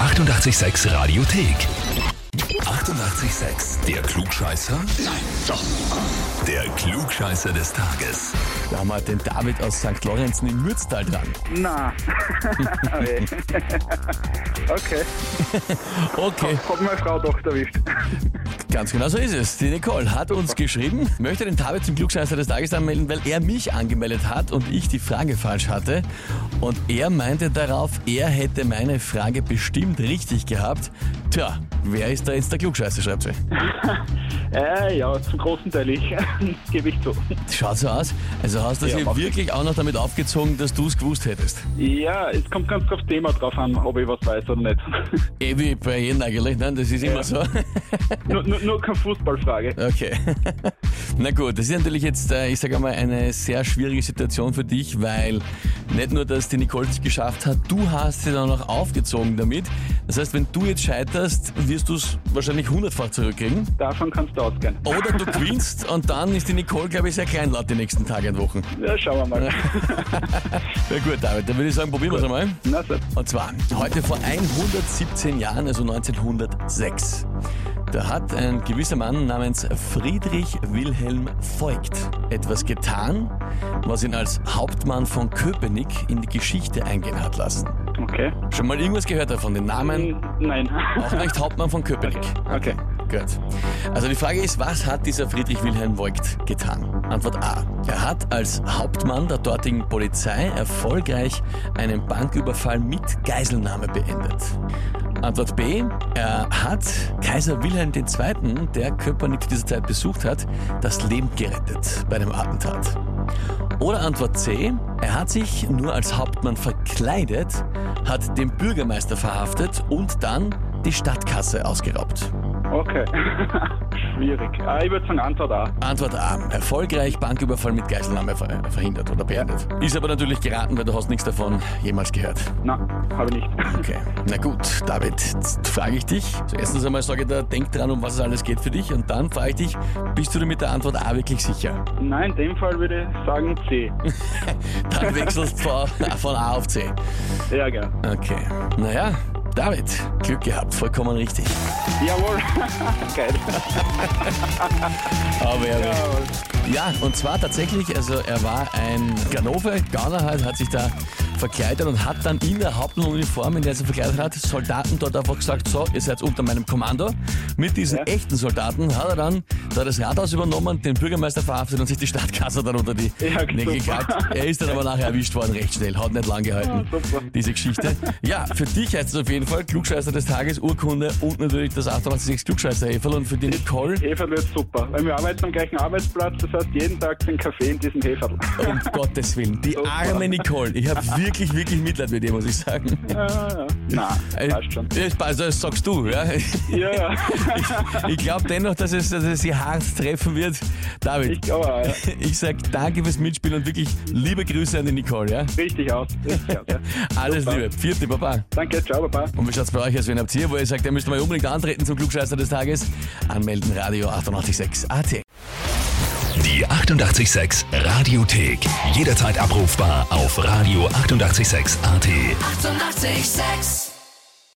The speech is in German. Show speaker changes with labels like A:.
A: 886 Radiothek. 88,6. Der Klugscheißer? Nein, doch. Der Klugscheißer des Tages.
B: Da haben wir den David aus St. Lorenzen im Mürztal dran.
C: Na. Weh. okay.
B: Okay,
C: Hat meine Frau doch erwischt.
B: ganz genau so ist es. Die Nicole hat uns geschrieben, möchte den David zum Klugscheißer des Tages anmelden, weil er mich angemeldet hat und ich die Frage falsch hatte. Und er meinte darauf, er hätte meine Frage bestimmt richtig gehabt. Tja, wer ist da jetzt der Klugscheißer, schreibt sie.
C: Äh, ja, zum großen Teil ich. Gebe ich zu.
B: Schaut so aus. Also hast du
C: Ja,
B: sie
C: macht
B: wirklich auch noch damit aufgezogen, dass du es gewusst hättest.
C: Ja, es kommt ganz aufs Thema drauf an, ob ich was weiß oder nicht.
B: Eh wie bei jedem eigentlich, ne? Das ist immer so.
C: nur, nur, nur keine Fußballfrage.
B: Okay. Na gut, das ist natürlich jetzt, äh, ich sage mal, eine sehr schwierige Situation für dich, weil nicht nur, dass die Nicole es geschafft hat, du hast sie dann auch aufgezogen damit. Das heißt, wenn du jetzt scheiterst, wirst du es wahrscheinlich hundertfach zurückkriegen.
C: Davon kannst du ausgehen.
B: Oder du gewinnst und dann ist die Nicole, glaube ich, sehr kleinlaut die nächsten Tage und Wochen.
C: Ja, schauen wir mal.
B: Na gut, David, dann würde ich sagen, probieren wir es einmal.
C: Na, so.
B: Und zwar heute vor 117 Jahren, also 1906. Da hat ein gewisser Mann namens Friedrich Wilhelm Voigt etwas getan, was ihn als Hauptmann von Köpenick in die Geschichte eingehen hat lassen.
C: Okay.
B: Schon mal irgendwas gehört davon, den Namen?
C: Nein.
B: Auch nicht Hauptmann von Köpenick.
C: Okay.
B: Gut. Also die Frage ist, was hat dieser Friedrich Wilhelm Voigt getan? Antwort A. Er hat als Hauptmann der dortigen Polizei erfolgreich einen Banküberfall mit Geiselnahme beendet. Antwort B. Er hat Kaiser Wilhelm II., der Köpenick zu dieser Zeit besucht hat, das Leben gerettet bei dem Attentat. Oder Antwort C. Er hat sich nur als Hauptmann verkleidet, hat den Bürgermeister verhaftet und dann die Stadtkasse ausgeraubt.
C: Okay. Schwierig. Ah, ich würde sagen, Antwort A.
B: Antwort A. Erfolgreich Banküberfall mit Geiselnahme ver verhindert oder beendet. Ist aber natürlich geraten, weil du hast nichts davon jemals gehört.
C: Na, habe ich nicht.
B: Okay. Na gut, David, jetzt frage ich dich. Zuerst einmal sage ich dir, denk dran, um was es alles geht für dich. Und dann frage ich dich, bist du dir mit der Antwort A wirklich sicher?
C: Nein, in dem Fall würde ich sagen C.
B: Dann wechselst von, von A auf C.
C: Ja, genau. gell.
B: Okay. Naja, David, Glück gehabt, vollkommen richtig.
C: Jawohl. Geil.
B: Aber ja,
C: Jawohl.
B: Ja, und zwar tatsächlich, also er war ein Ganove, Gauner halt, hat sich da verkleidet und hat dann in der Hauptuniform, in der er sich verkleidet hat, Soldaten dort einfach gesagt, so, ihr seid unter meinem Kommando. Mit diesen
C: Ja.
B: echten Soldaten hat er dann da das Rathaus übernommen, den Bürgermeister verhaftet und sich die Stadtkasse dann unter die
C: Ja,
B: Nägel
C: super.
B: gekackt. Er ist dann aber nachher erwischt worden, recht schnell, hat nicht lang gehalten,
C: Ja, super.
B: diese Geschichte. Ja, für dich heißt es auf jeden Fall Klugscheißer des Tages, Urkunde und natürlich das 886 klugscheißer -Häferl. und für die Nicole...
C: Heferl wird super, weil wir arbeiten am gleichen Arbeitsplatz, das heißt jeden Tag den Kaffee in diesem Heferl.
B: Um Gottes Willen, die
C: Super.
B: arme Nicole. Ich habe wirklich, wirklich Mitleid mit dir, muss ich sagen.
C: Ja, ja. Na,
B: Äh,
C: passt schon.
B: Das, passt, also, das sagst du, ja.
C: Ja, ja.
B: Ich glaube dennoch, dass es, dass es sie hart treffen wird.
C: Ich
B: David,
C: glaube, ja.
B: ich sag danke fürs Mitspielen und wirklich liebe Grüße an die Nicole, ja.
C: richtig aus. Richtig aus ja.
B: Alles
C: Super.
B: Liebe. Vierte Baba.
C: Danke, ciao, Baba.
B: Und wie schaut's bei euch aus, wenn habt ihr, wo ihr sagt, ihr müsst mal unbedingt antreten zum Klugscheißer des Tages? Anmelden, Radio 886 AT.
A: Die 88,6 Radiothek. Jederzeit abrufbar auf radio886.at. 88,6.
D: Eighty-eight, sex.